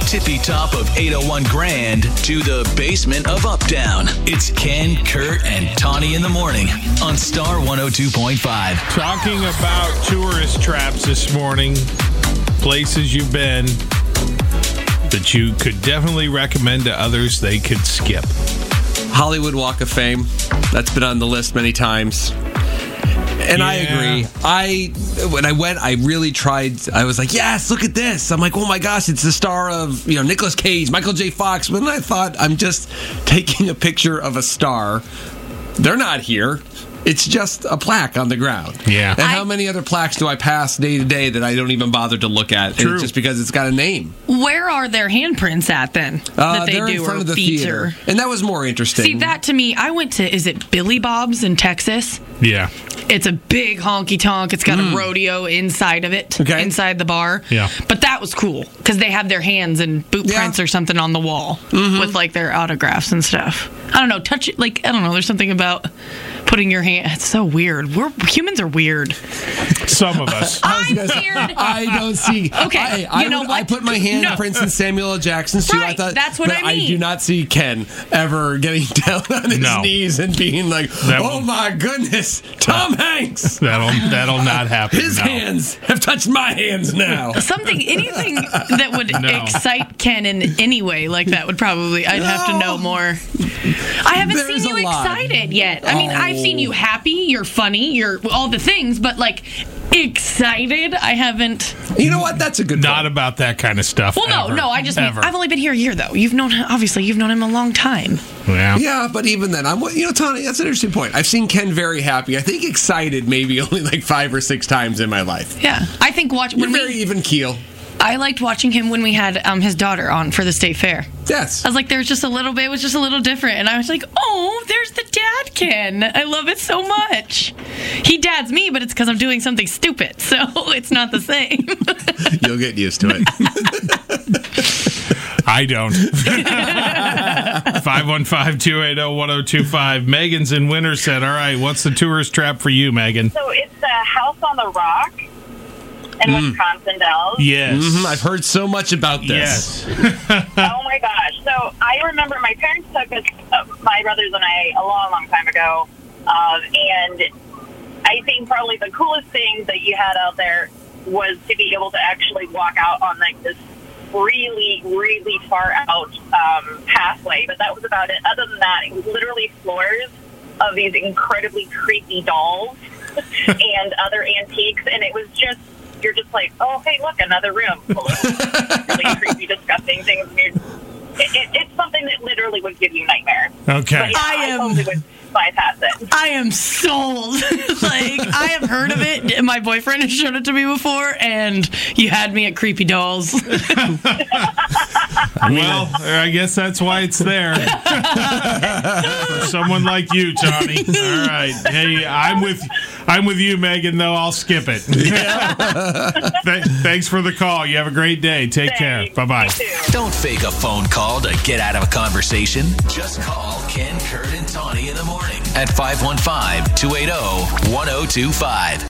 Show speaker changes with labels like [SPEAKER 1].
[SPEAKER 1] tippy top of 801 Grand to the basement of Uptown. It's Ken, Kurt, and Tawny in the morning on Star 102.5.
[SPEAKER 2] Talking about tourist traps this morning, places you've been that you could definitely recommend to others they could skip.
[SPEAKER 3] Hollywood Walk of Fame. That's been on the list many times. And I
[SPEAKER 2] Yeah.
[SPEAKER 3] agree. I when I went, I really tried. I was like, "Yes, look at this." I'm like, "Oh my gosh, it's the star of you know Nicolas Cage, Michael J. Fox." But then I thought, I'm just taking a picture of a star. They're not here. It's just a plaque on the ground.
[SPEAKER 2] Yeah.
[SPEAKER 3] And how
[SPEAKER 4] I-
[SPEAKER 3] many other plaques do I pass day to day that I don't even bother to look at? And
[SPEAKER 2] True.
[SPEAKER 3] it's just because it's got a name.
[SPEAKER 4] Where are their handprints at then?
[SPEAKER 3] Uh, they're in front of the theater, and that was more interesting.
[SPEAKER 4] See that to me, I went to is it Billy Bob's in Texas?
[SPEAKER 2] Yeah.
[SPEAKER 4] It's a big honky tonk. It's got a rodeo inside of it,
[SPEAKER 3] Mm. Okay.
[SPEAKER 4] inside the bar.
[SPEAKER 2] Yeah.
[SPEAKER 4] But that was cool because they had their hands and boot
[SPEAKER 3] Yeah. Mm-hmm.
[SPEAKER 4] prints or something on the wall with like their autographs and stuff. I don't know. Touch it. Like, I don't know. There's something about putting your hand. It's so weird. We're humans are weird.
[SPEAKER 2] Some of us.
[SPEAKER 4] I'm
[SPEAKER 3] guys-
[SPEAKER 4] weird.
[SPEAKER 3] I don't see. I,
[SPEAKER 4] Okay,
[SPEAKER 3] I
[SPEAKER 4] you know
[SPEAKER 3] would- I
[SPEAKER 4] what?
[SPEAKER 3] put my hand
[SPEAKER 4] No.
[SPEAKER 3] in Prince and Samuel L. Jackson's too. I
[SPEAKER 4] Right,
[SPEAKER 3] thought
[SPEAKER 4] that's what
[SPEAKER 3] but
[SPEAKER 4] I mean.
[SPEAKER 3] do not see Ken ever getting down on his
[SPEAKER 2] No.
[SPEAKER 3] knees and being like,
[SPEAKER 2] That
[SPEAKER 3] "Oh
[SPEAKER 2] one-
[SPEAKER 3] my goodness, Tom Hanks,
[SPEAKER 2] That'll that'll not happen.
[SPEAKER 3] his
[SPEAKER 2] no.
[SPEAKER 3] hands have touched my hands now."
[SPEAKER 4] Something, anything that would
[SPEAKER 2] No.
[SPEAKER 4] excite Ken in any way like that would probably, I'd have to know
[SPEAKER 3] No.
[SPEAKER 4] more. I haven't
[SPEAKER 3] There's
[SPEAKER 4] seen
[SPEAKER 3] a
[SPEAKER 4] you
[SPEAKER 3] lot.
[SPEAKER 4] excited yet. I mean, I've seen you happy, you're funny, you're all the things, but like excited, I haven't.
[SPEAKER 3] You know what? That's a good.
[SPEAKER 2] Not
[SPEAKER 3] point.
[SPEAKER 2] about that kind of stuff.
[SPEAKER 4] Well, no,
[SPEAKER 2] ever,
[SPEAKER 4] no, I just mean,
[SPEAKER 2] ever.
[SPEAKER 4] I've only been here a year though. You've known, obviously, you've known him a long time.
[SPEAKER 2] yeah.
[SPEAKER 3] Yeah, but even then, I'm you know, Tony, that's an interesting point. I've seen Ken very happy. I think excited maybe only like five or six times in my life.
[SPEAKER 4] Yeah. I think watch,
[SPEAKER 3] You're
[SPEAKER 4] when
[SPEAKER 3] very
[SPEAKER 4] we,
[SPEAKER 3] even keel.
[SPEAKER 4] I liked watching him when we had um, his daughter on for the state fair.
[SPEAKER 3] Yes.
[SPEAKER 4] I was like, there's just a little bit, it was just a little different. And I was like, oh, there's the dad Ken. I love it so much. He dads me, but it's because I'm doing something stupid. So it's not the same.
[SPEAKER 3] You'll get used to it.
[SPEAKER 2] I don't. oh, 515-280-1025. Megan's in Winter said, All right, what's the tourist trap for you, Megan?
[SPEAKER 5] So it's the House on the Rock in Wisconsin Dells.
[SPEAKER 2] Yes.
[SPEAKER 3] Mhm, I've heard so much about
[SPEAKER 2] Yes.
[SPEAKER 3] this.
[SPEAKER 5] Oh my gosh! So I remember my parents took us, uh, my brothers and I, a long, long time ago, um, and I think probably the coolest thing that you had out there was to be able to actually walk out on like this really, really far out um, pathway. But that was about it. Other than that, it was literally floors of these incredibly creepy dolls and other antiques, and it was just. You're just like, oh, hey, look, another room full of really creepy, disgusting things. And you're- It, it, it's something that literally would give you nightmares. But
[SPEAKER 2] Okay.
[SPEAKER 5] yeah,
[SPEAKER 4] I
[SPEAKER 5] I,
[SPEAKER 4] am-
[SPEAKER 5] totally would bypass it.
[SPEAKER 4] I am sold. like, I have heard of it. My boyfriend has shown it to me before, and you had me at Creepy Dolls.
[SPEAKER 2] Well, I guess that's why it's there. for someone like you, Tony. All right. Hey, I'm with I'm with you, Megan, though I'll skip it. Th- thanks for the call. You have a great day. Take care.
[SPEAKER 5] Thanks.
[SPEAKER 2] Bye bye.
[SPEAKER 5] You too.
[SPEAKER 1] Don't fake a phone call to get out of a conversation. Just call oh Ken, Kurt, and Tawny in the morning at 515 280 1025.